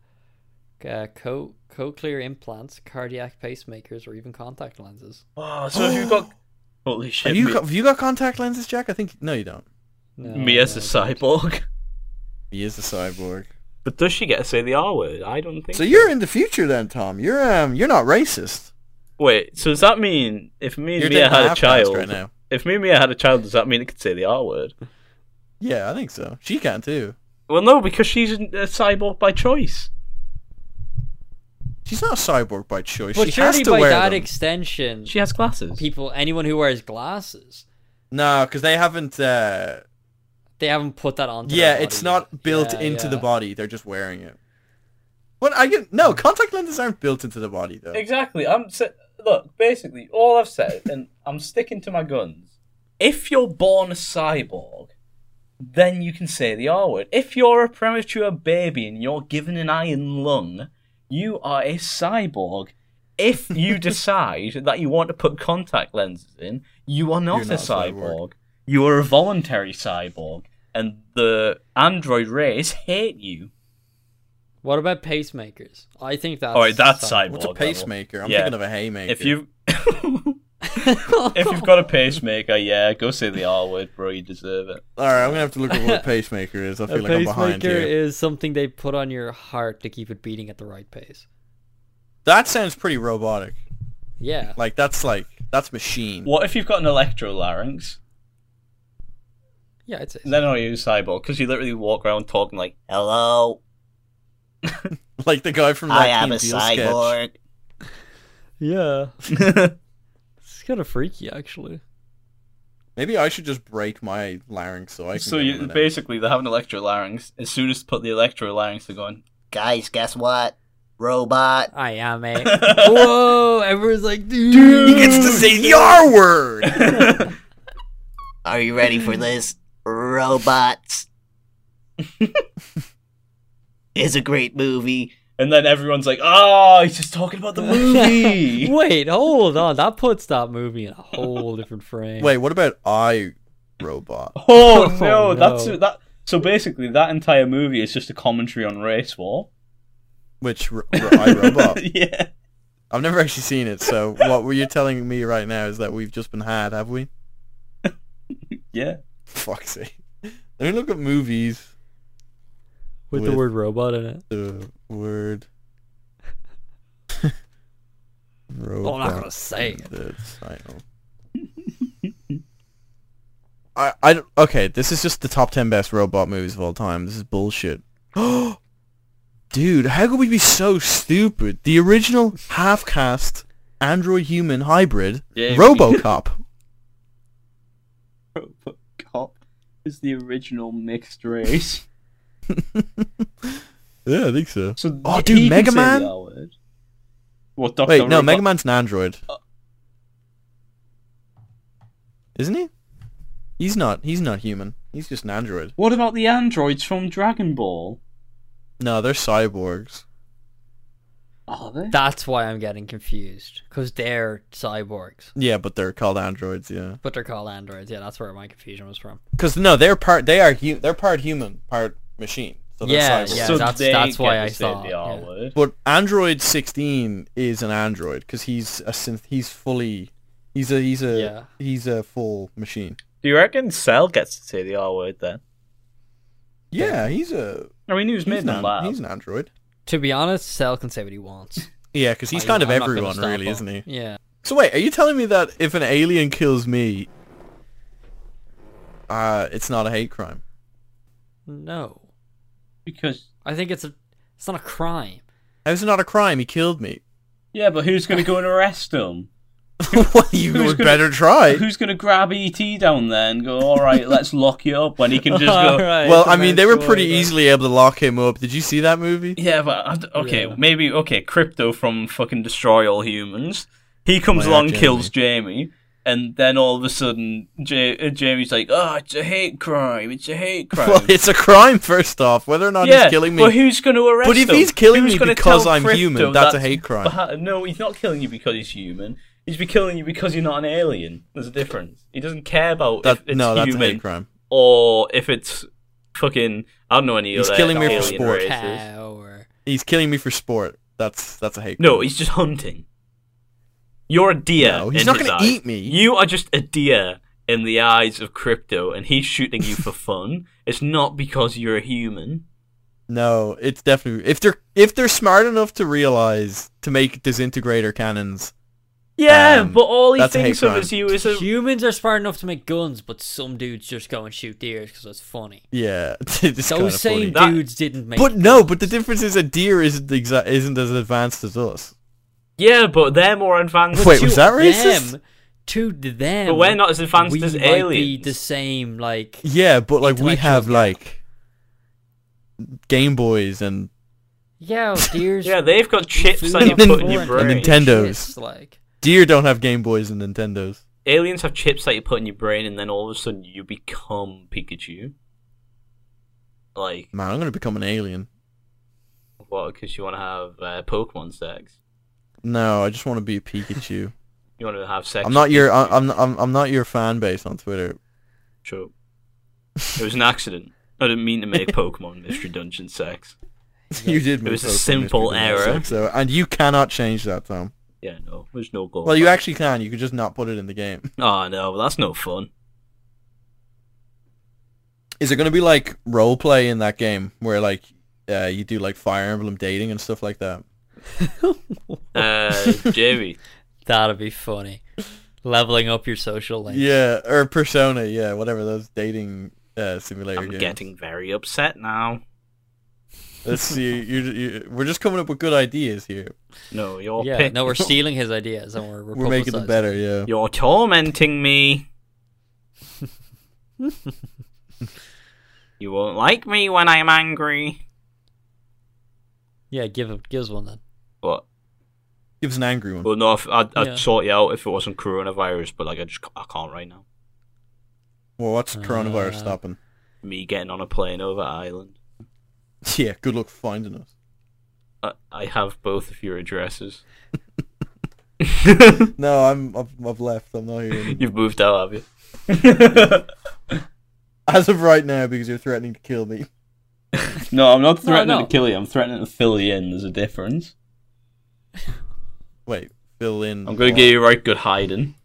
uh, co- cochlear implants, cardiac pacemakers, or even contact lenses.
Oh, so if you've got holy shit,
have you
me,
got, have you got contact lenses, Jack? I think no, you don't.
No,
Mm-hmm.
me as a
no, I don't.
cyborg.
He is a cyborg.
But does she get to say the R word? I don't think.
So you're in the future then, Tom. You're um you're not racist.
Wait, so does that mean if me and
You're
Mia
dating
had a
half-caste
child,
right now.
if Mumia had a child, does that mean it could say the R word?
Yeah, I think so. She can too.
Well, no, because she's a cyborg by choice.
She's not a cyborg by choice.
But
she
surely
has to
by
wear
that
them.
extension,
She has glasses.
people, anyone who wears glasses,
no, because they haven't. Uh,
they haven't put that on.
yeah, it's not built into the body. They're just wearing it. What I get? No, contact lenses aren't built into the body though.
Exactly. I'm sa- look. Basically, all I've said, and I'm sticking to my guns. If you're born a cyborg, then you can say the R word. If you're a premature baby and you're given an iron lung, you are a cyborg. If you decide that you want to put contact lenses in, you are
You're
not, a,
not a cyborg.
cyborg. You are a voluntary cyborg, and the android race hate you.
What about pacemakers? I think that's.
All right, that's
something.
cyborg.
What's a
level.
pacemaker? I'm
Yeah.
thinking of a haymaker.
If you if you've got a pacemaker, yeah, go say the R word, bro. You deserve it.
all right, I'm gonna have to look at what a pacemaker is. I
A
feel like I'm behind
pacemaker
here.
is something they put on your heart to keep it beating at the right pace.
That sounds pretty robotic.
Yeah.
Like that's like that's machine.
What if you've got an electrolarynx?
Yeah, it's.
Then are you a cyborg? Because you literally walk around talking like, "Hello,
Like the guy from that
I am
Key
a
and Peele sketch.
cyborg."
Yeah. It's kind of freaky, actually.
Maybe I should just break my larynx so I can.
so
get
you,
one of them.
basically, they have an electrolarynx. As soon as put the electrolarynx, they're going, "Guys, guess what? Robot."
I am a. Whoa! Everyone's like, dude.
he gets to say the R word.
Are you ready for this? Robots. is a great movie. And then everyone's like, oh, he's just talking about the movie.
Wait, hold on. That puts that movie in a whole different frame.
Wait, what about I, robot?
oh, no,
Oh,
that's
no.
that. So basically, that entire movie is just a commentary on race war.
Which r- r- I robot?
yeah.
I've never actually seen it. So what were you telling me right now is that we've just been had, have we?
Yeah.
Fuck's sake. Let me look at movies.
with, the
with-
word robot in it.
The word.
Well, Oh, I'm not
robot.
gonna say it.
the title. I, I don't- okay. This is just the top ten best robot movies of all time. This is bullshit. Dude, how could we be so stupid? The original half-cast android human hybrid
Yeah, we-
RoboCop.
Robocop is the original mixed race.
yeah, I think so.
So
Oh,
he
dude,
can
Mega
say uh,
Man?
the R word. What, Dr.
Wait, no,
Robot-
Mega Man's an android, isn't he? He's not. He's not human. He's just an android.
What about the androids from Dragon Ball?
No, they're cyborgs.
Are they?
That's why I'm getting confused. Because they're cyborgs.
Yeah, but they're called androids. Yeah.
But they're called androids. Yeah, that's where my confusion was from.
Because no, they're part. They are. Hu- they're part human, part machine. So they're
Yeah,
cyborgs.
yeah.
so
that's-
they
that's
get
why
to
I
say
thought,
the R
yeah.
word.
But Android 16 is an android because he's a synth. He's fully. He's a. He's a.
Yeah.
He's a full machine.
Do you reckon Cell gets to say the R word then?
Yeah, he's a.
I mean, he was
He's,
made in
an,
a
an-
lab.
he's an android.
To be honest, Cell can say what he wants.
Yeah, because he's
I-
kind of
I'm not gonna
everyone,
stop
really,
him.
isn't he?
Yeah.
So wait, are you telling me that if an alien kills me, uh, it's not a hate crime?
No.
Because
I think it's a. It's not a crime.
How's it not a crime? He killed me.
yeah, but who's gonna go and arrest him?
well, you
Who's
would
gonna-
better try.
Who's gonna grab ET down there and go? All right, let's lock you up when he can just go.
Alright,
Well,
it's a
I mean, they were
man's
pretty
story, but-
easily able to lock him up. Did you see that movie?
Yeah, but I d- okay,
Yeah.
maybe okay. Crypto from fucking destroy all humans. He comes
Why not
along,
Oh, Jamie?
kills Jamie, and then all of a sudden, J- uh, Jamie's like, "Oh, it's a hate crime! It's a hate crime!"
Well, it's a crime, first off. Whether or not
yeah,
he's killing me,
but who's going to arrest
But if
him?
he's killing
Who's
me
gonna
because
tell
I'm
Crypto
human, that's a
that-
hate crime.
But- no, he's not killing you because he's human. He's be killing you because you're not an alien. There's a difference. He doesn't care about
that,
if it's
no, that's a
human
hate crime.
or if it's fucking. I don't know any
He's
other
killing me for
alien
sport.
races.
Cow or-
He's killing me for sport. That's that's a hate.
No,
crime.
he's just hunting. You're a deer.
No, he's
in
not
his
gonna
eyes.
eat me.
You are just a deer in the eyes of crypto, and he's shooting you for fun. It's not because you're a human.
no, it's definitely if they're if they're smart enough to realize to make disintegrator cannons
Yeah,
Um,
but all he
that's a hate
thinks of
crime.
is you is a
Humans are smart enough to make guns, but some dudes just go and shoot deers because it's funny.
Yeah, it's kind of
Those same
funny.
That-
dudes didn't make.
But no, but the difference is a deer isn't exa- isn't as advanced as us.
yeah, but they're more advanced.
Wait,
to
was that racist?
Them, to them,
But we're not as advanced
we
as
might Be
aliens.
the same, like
Yeah, but like we
Intellectual
have
gap.
like Game Boys and
yeah, deers.
yeah, they've got chips
food
that you
up
put in your
front
And
brain.
shit,
Nintendos.
Like
deer don't have Game Boys and Nintendos.
Aliens have chips that you put in your brain, and then all of a sudden you become Pikachu. Like
Man, I'm gonna become an alien.
what? Because you want to have uh, Pokemon sex.
No, I just want to be a Pikachu.
You want to have sex.
I'm not
with
your
Pikachu.
I- I'm I'm I'm not your fan base on Twitter.
Sure. It was an accident. I didn't mean to make Pokemon Mystery Dungeon sex.
you did. make
was a
Pokemon
simple
Mystery Dungeon
error.
Six, though, and you cannot change that, Tom.
Yeah, no, there's no goal.
Well, you actually can. You could just not put it in the game.
Oh no, well, that's no fun.
Is it going to be like role play in that game where like uh, you do like Fire Emblem dating and stuff like that?
Uh, Jamie,
that'd be funny. Leveling up your social link.
Yeah, or Persona, yeah, whatever those dating uh, simulator
I'm
games.
getting very upset now.
Let's see, you, you, you, we're just coming up with good ideas here.
No, you're
Yeah,
pick-
no, we're stealing his ideas and we're we're,
We're making them
publicising.
better, yeah.
you're tormenting me. you won't like me when I'm angry.
Yeah, give him give us one then.
But
Gives an angry one.
well, no, if, I'd, I'd
Yeah.
sort you out if it wasn't coronavirus. But like, I just ca- I can't right now.
Well, what's coronavirus
Uh,
stopping?
Me getting on a plane over Ireland.
Yeah, good luck finding us.
I, I have both of your addresses.
No, I'm I've, I've left. I'm not here. anymore.
You've moved out, have you?
As of right now, because you're threatening to kill me.
No, I'm not
threatening no. to
kill you. I'm threatening to fill you in. There's a difference.
Wait, fill in.
I'm gonna
what?
give you a right good hiding.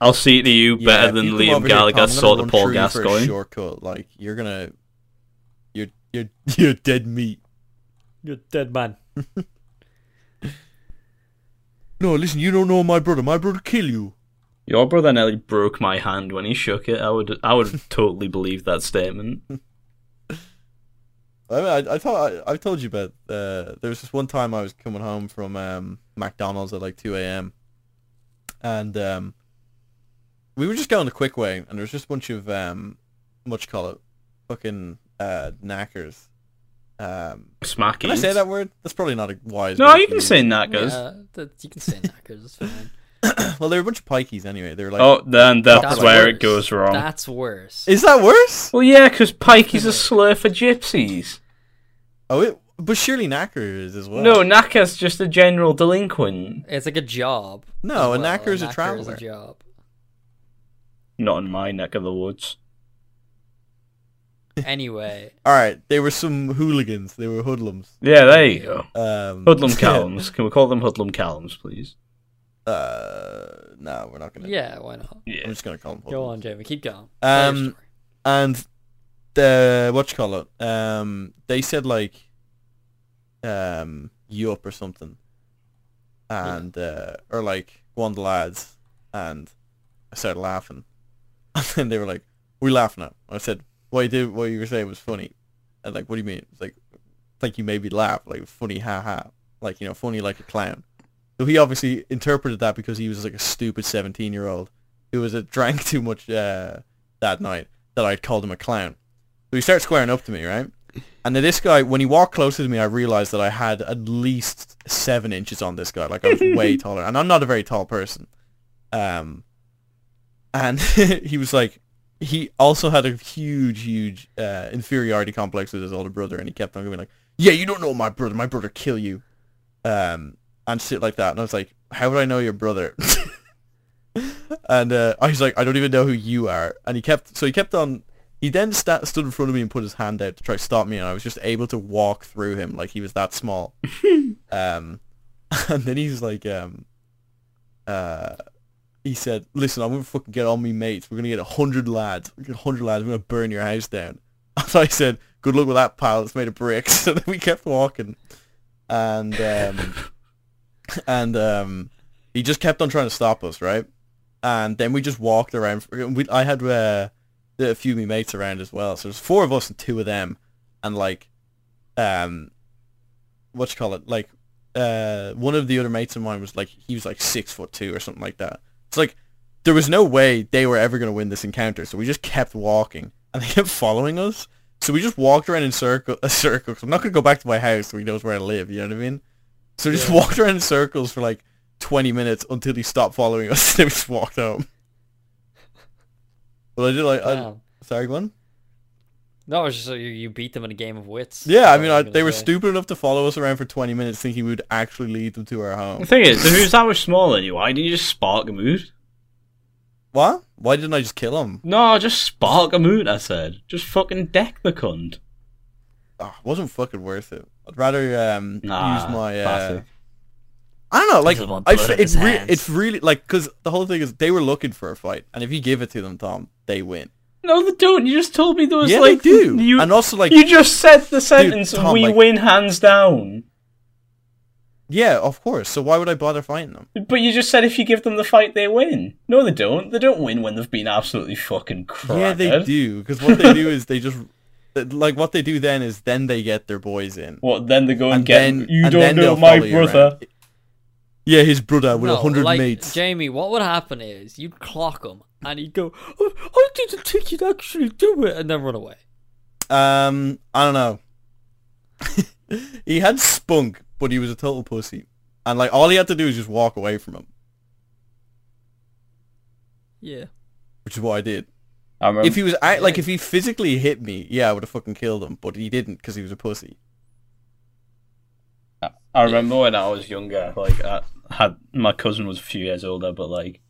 I'll see to you
Yeah,
better
if
than
you come
Liam
over here, Tom,
Gallagher
I'm
saw
gonna run
to Paul
through you for a
Gascoigne.
Shortcut, like you're gonna, you're you're you're dead meat.
You're dead man.
No, listen, you don't know my brother. My brother kill you.
Your brother nearly broke my hand when he shook it. I would, I would totally believe that statement.
I mean, I, I thought I, I told you about. Uh, there was this one time I was coming home from um, McDonald's at like two a.m. and um, we were just going the quick way, and there was just a bunch of um, what you call it, fucking uh, knackers. Um,
Smacky.
can I say that word? That's probably not a wise.
No,
word
you
to
can
use.
say knackers.
Yeah, that, you can say knackers. It's fine.
Well, they were a bunch of pikeys anyway. They were like.
oh, then that's,
That's
where
worse.
it goes wrong.
That's worse.
Is that worse?
Well, yeah, because pike is a slur for gypsies.
Oh, it, but surely knacker is as well.
No, knacker's just a general delinquent.
it's like a job.
No,
as well.
a knacker is a traveler.
job.
Not in my neck of the woods.
Anyway,
All right, they were some hooligans. They were hoodlums.
Yeah, there you go.
Um,
Hoodlum
yeah,
Calums. Can we call them Hoodlum Calums, please?
Uh, no, we're not gonna.
yeah, why not?
I'm
Yeah.
just gonna call them. Hoodlums.
Go on, Jamie. Keep going.
Um,
Tell your story.
And the what you call it? Um, they said like, um, you up or something, and uh, or like go on the lads, and I started laughing, and then they were like, "We laughing at?" I said, "What you did? What you were saying was funny," and like, "What do you mean?" It's like, like you made me laugh, like funny, ha ha, like you know, funny like a clown. So he obviously interpreted that because he was like a stupid seventeen-year-old who was a drank too much uh, that night that I'd called him a clown. So he started squaring up to me, right? And then this guy, when he walked closer to me, I realized that I had at least seven inches on this guy. Like I was way taller, and I'm not a very tall person. Um, and he was like, he also had a huge, huge uh, inferiority complex with his older brother, and he kept on going like, "Yeah, you don't know my brother. My brother kill you," um, and shit like that. And I was like, "How would I know your brother?" and uh, I was like, "I don't even know who you are." And he kept, so he kept on. He then sta stood in front of me and put his hand out to try to stop me, and I was just able to walk through him like he was that small. um, and then he's like, um, uh, he said, "Listen, I'm gonna fucking get on me mates. We're gonna get a hundred lads. We're gonna get a hundred lads. We're gonna burn your house down." And I said, "Good luck with that, pal. It's made of bricks." So then we kept walking, and um, and um, He just kept on trying to stop us, right? And then we just walked around. We, I had uh, a few of my mates around as well. So there's four of us and two of them, and like, um, what you call it? Like, uh, one of the other mates of mine was like, he was like six foot two or something like that. It's like there was no way they were ever going to win this encounter. So we just kept walking, and they kept following us. So we just walked around in circle, a circle. i I'm not going to go back to my house. So he knows where I live. You know what I mean? So we just walked around in circles for like 20 minutes until he stopped following us. Then we just walked home. But I did like, I,
Wow.
sorry, one.
No, it's just like you, you beat them in a game of wits.
Yeah, I
That's
mean,
what
I,
I'm gonna
they were
say.
stupid enough to follow us around for 20 minutes, thinking we would actually lead them to our home.
The thing is, if he was that much smaller than you, why didn't you just spark a mood?
What? Why didn't I just kill him?
No, just spark a mood, I said. Just fucking deck the cunt.
Oh, wasn't fucking worth it. I'd rather um,
Nah,
use my. Uh,
bastard.
I don't know, like
Just want
I,
blood
f-
in
it's
his
re-
hands.
it's really like because the whole thing is they were looking for a fight, and if you give it to them, Tom, they win.
No, they don't. You just told me there was
yeah,
like
they do.
You,
and also like
you just said the sentence.
Tom,
we
like-
win hands down.
yeah, of course. So why would I bother fighting them?
But you just said if you give them the fight, they win. No, they don't. They don't win when they've been absolutely fucking crackered.
Yeah, they do because what they do is they just like what they do then is then they get their boys in.
What? Then they go and,
And
get.
then-
you
and
don't
then
know
they'll
my
follow you
brother.
around. Yeah, his brother with a
No,
hundred
like,
mates.
Jamie, what would happen is you'd clock him and he'd go, oh, I didn't think you'd actually do it, and then run away.
Um, I don't know. he had spunk, but he was a total pussy, and like all he had to do was just walk away from him,
Yeah.
which is what I did.
I remember.
if he was I, like, if he physically hit me, yeah, I would have fucking killed him, but he didn't because he was a pussy.
I remember when I was younger, like I had my cousin was a few years older, but like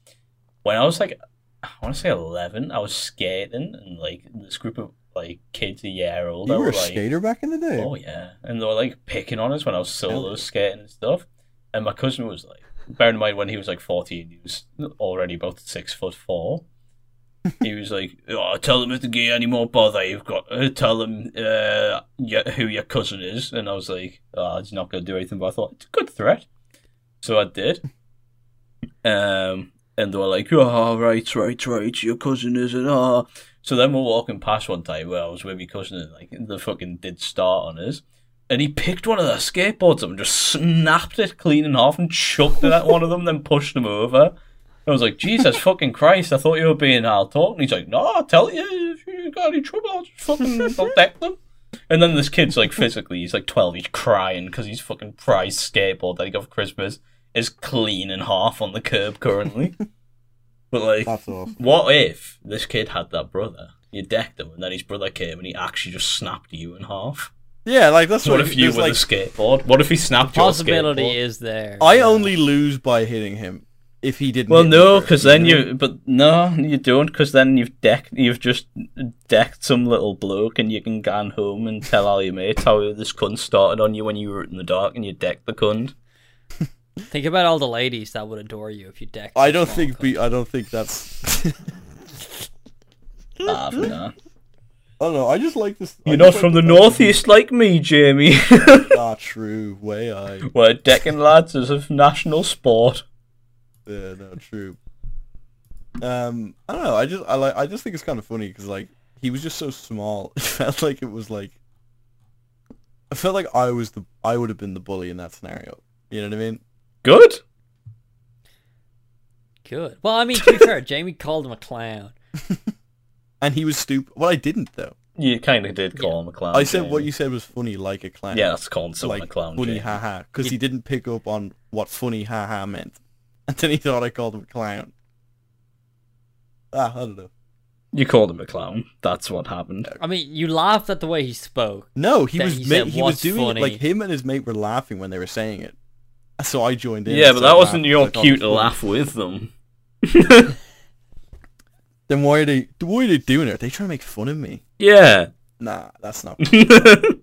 when I was like I want to say eleven, I was skating and like this group of like kids a year older
you were a
like,
skater back in the day.
oh yeah, and they were like picking on us when I was solo skating and stuff. And my cousin was like, bearing in mind when he was like fourteen, he was already about six foot four. he was like, oh, "Tell them if they get any more bother, you've got uh, tell them uh, y- who your cousin is." And I was like, oh, "He's not going to do anything," but I thought it's a good threat, so I did. Um, and they were like, "Oh, right, right, right, your cousin is an ah." So then we're walking past one time where I was with my cousin, and like the fucking did start on us, and he picked one of their skateboards up and just snapped it clean in half and chucked it at one of them, then pushed them over. I was like, Jesus fucking Christ, I thought you were being hard talk. And he's like, No, I tell you, if you got any trouble, I'll just fucking I'll deck them. And then this kid's like, physically, he's like 12, he's crying because his fucking prize skateboard that he got for Christmas is clean in half on the curb currently. but like,
That's awful.
what if this kid had that brother? You decked him, and then his brother came and he actually just snapped you in half.
Yeah, like that's
So what
what
if you
there's,
were
like,
the skateboard? What if he snapped your
Possibility
skateboard?
is there.
I uh, only lose by hitting him if he didn't.
Well,
hit me
no,
first,
because then
know?
you. But no, you don't, because then you've decked. You've just decked some little bloke, and you can go home and tell all your mates how this cunt started on you when you were in the dark, and you decked the cunt.
Think about all the ladies that would adore you if you decked.
I
a
don't
small
think
cunt.
we. I don't think that's. I
Ah, nah.
don't know. I just like this. I
You're not
just like
from the
fact that-
northeast like me, Jamie.
Ah, true. Way I.
Where decking lads is a national sport.
Yeah, no, true. Um, I don't know. I just I like I just think it's kind of funny because like he was just so small. It felt like it was like I felt like I was the I would have been the bully in that scenario. You know what I mean?
Good.
Good. Well, I mean, to be fair, Jamie called him a clown.
And he was stupid. Well, I didn't though.
You kind of did call him a clown.
I said what
Jamie.
you said was funny, like a clown.
Yeah, that's calling someone
like
a clown.
funny
Jamie.
haha, because he didn't pick up on what funny haha meant, and then he thought I called him a clown. Ah, I don't know.
You called him a clown. That's what happened.
I mean, you laughed at the way he spoke.
No, he
that
was
he
ma-
said
he was
was
doing it, like
funny.
him and his mate were laughing when they were saying it, so I joined in.
Yeah,
and
but
started
that wasn't
laughing
your
because I thought it was
cute
funny.
laugh with them.
Then why are they why are they doing it? Are they trying to make fun of me?
Yeah.
Nah, that's not.
I'd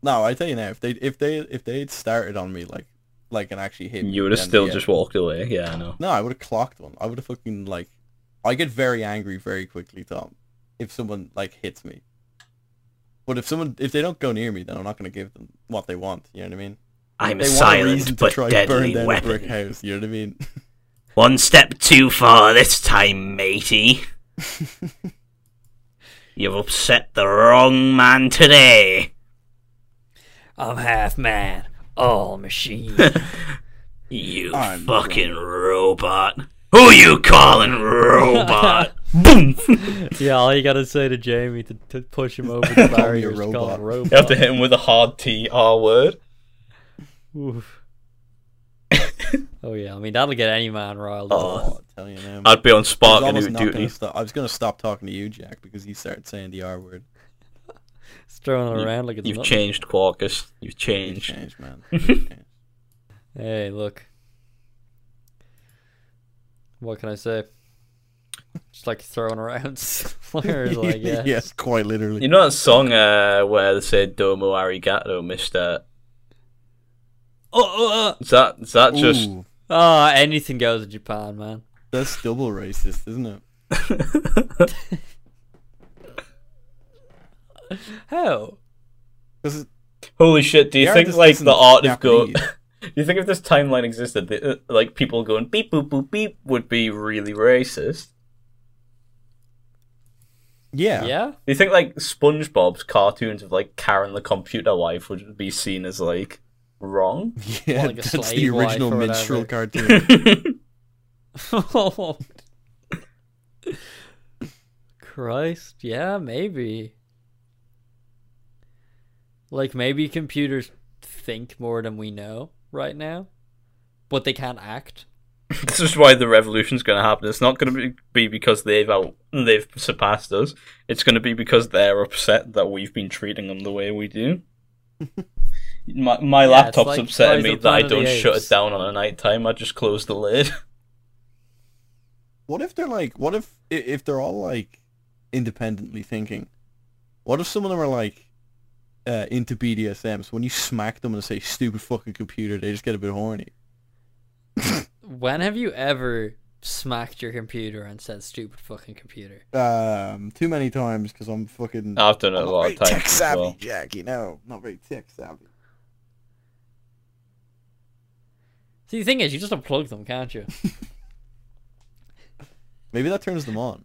no, I tell you now, if they if they if they had started on me like like and actually hit me,
You would have
then
still
yeah.
just walked away. Yeah, I know.
no, I would have clocked one. I would have fucking like, I get very angry very quickly, Tom, if someone like hits me. But if someone if they don't go near me, then I'm not gonna give them what they want. You know what I mean?
I'm
They want a reason
silent
to
but
try and burn
deadly
down a brick
weapon.
house. You know what I mean?
One step too far this time, matey. You've upset the wrong man today.
I'm half man, all machine.
You
I'm
fucking robot. Who you calling robot? Boom!
yeah, all you gotta say to Jamie to, to push him over the barrier is
robot.
call him
You have
robot.
to hit him with a hard T R word.
Oof. oh yeah, I mean that'll get any man riled up.
Oh, I tell you now.
I'd be on
I was
Spark and it
almost
would
not gonna
do
stop. I was gonna stop talking to you, Jack, because you started saying the R word.
It's thrown around like it's
You've
nothing.
changed, Quarkus. You've
You
changed.
changed, man. You changed.
Hey, look. What can I say? Just like throwing around slurs, like yeah.
yes, quite literally.
You know that song uh, where they say "Domo arigato, Mister"?
Oh, oh,
Is that is that just
Ooh,
oh. Oh, anything goes in Japan, man.
that's double racist, isn't it?
How?
Because
holy shit? Do you
The
think
artist
like the
isn't
art of go? do
Japanese.
you think if this timeline existed, the, uh, like people going beep boop boop beep would be really racist?
yeah,
Yeah.
Do you think like SpongeBob's cartoons of like Karen the computer wife would be seen as like wrong?
yeah,
like a
that's the
slave wife
original
or whatever.
minstrel cartoon.
Christ. Yeah, maybe. Like maybe computers think more than we know right now, but they can't act.
this is why the revolution's going to happen. It's not going to be, be because they've out they've surpassed us. It's going to be because they're upset that we've been treating them the way we do. My, my
Yeah, it's
laptop's
like Rise
upsetting me
of
that I
Planet of the
don't shut
Apes.
it down on a night time. I just close the lid.
what if they're like? What if i- if they're all like independently thinking? What if some of them are like uh, into BDSM? So when you smack them and say "stupid fucking computer," they just get a bit horny.
When have you ever smacked your computer and said "stupid fucking computer"?
Um, too many times because I'm fucking.
I've done it
I'm
a
not
lot
very
of times.
tech
as
savvy,
well.
Jack. You know, not very tech savvy.
See, the thing is, you just unplug them, can't you?
Maybe that turns them on.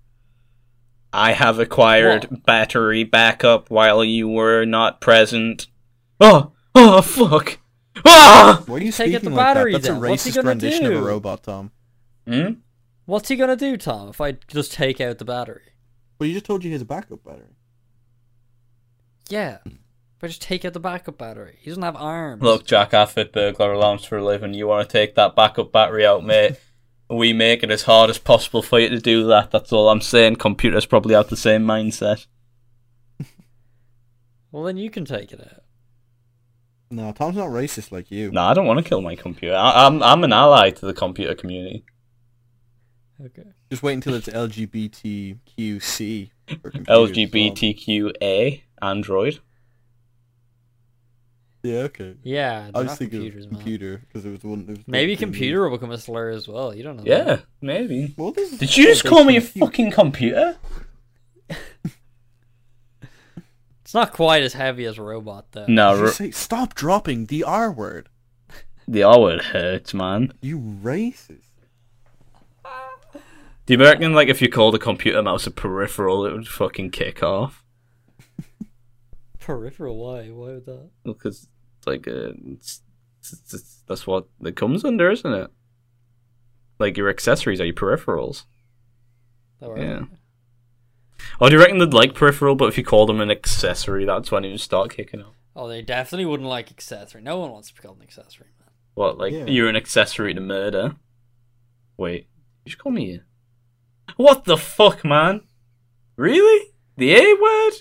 I have acquired battery backup while you were not present. Oh, oh, fuck. Ah!
Why are you
Take out
speaking
the
like
battery
that? That's
then.
a
What's he
racist
gonna
rendition of a
do?
robot, Tom.
Hmm?
What's he gonna do, Tom? If I just take out the battery?
Well, you just told you he has a backup battery.
Yeah. If I just take out the backup battery, he doesn't have arms.
Look, Jack, I fit burglar alarms for a living. You want to take that backup battery out, mate? we make it as hard as possible for you to do that. That's all I'm saying. Computers probably have the same mindset.
Well, then you can take it out.
No, Tom's not racist like you.
No, I don't want to kill my computer. I- I'm I'm an ally to the computer community.
Okay.
Just wait until it's LGBTQC. for computers, Tom.
LGBTQA Android.
Yeah, okay.
Yeah,
I
they're
was
not
thinking
computers,
of
man.
computer because it was the one. It was the
Maybe
one thing-
computer will become a slur as well. You don't know. that.
Yeah, maybe.
Well, this is
Did you just
this
call me a
is cute.
fucking computer?
It's not quite as heavy as a robot, though.
No,
Did you
r-
say, stop dropping the R word.
the R word hurts, man.
You racist.
Do you reckon like if you called a computer mouse a peripheral, it would fucking kick off?
Peripheral, why? Why would that?
because like uh, it's, it's, it's- that's what it comes under, isn't it? Like your accessories are your peripherals.
that were-
Yeah. Or do you reckon they'd like peripheral, but if you call them an accessory, that's when it would start kicking off?
Oh, they definitely wouldn't like accessory. No one wants to be called an accessory, man.
What, like
Yeah.
you're an accessory to murder? Wait, you should call me. a- What the fuck, man? Really? The A word?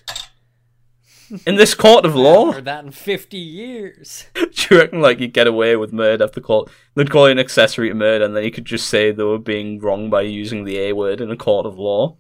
In this court of law?
Or that in 50 years.
Do you reckon like you get away with murder after call? They'd call you an accessory to murder, and then you could just say they were being wrong by using the A word in a court of law.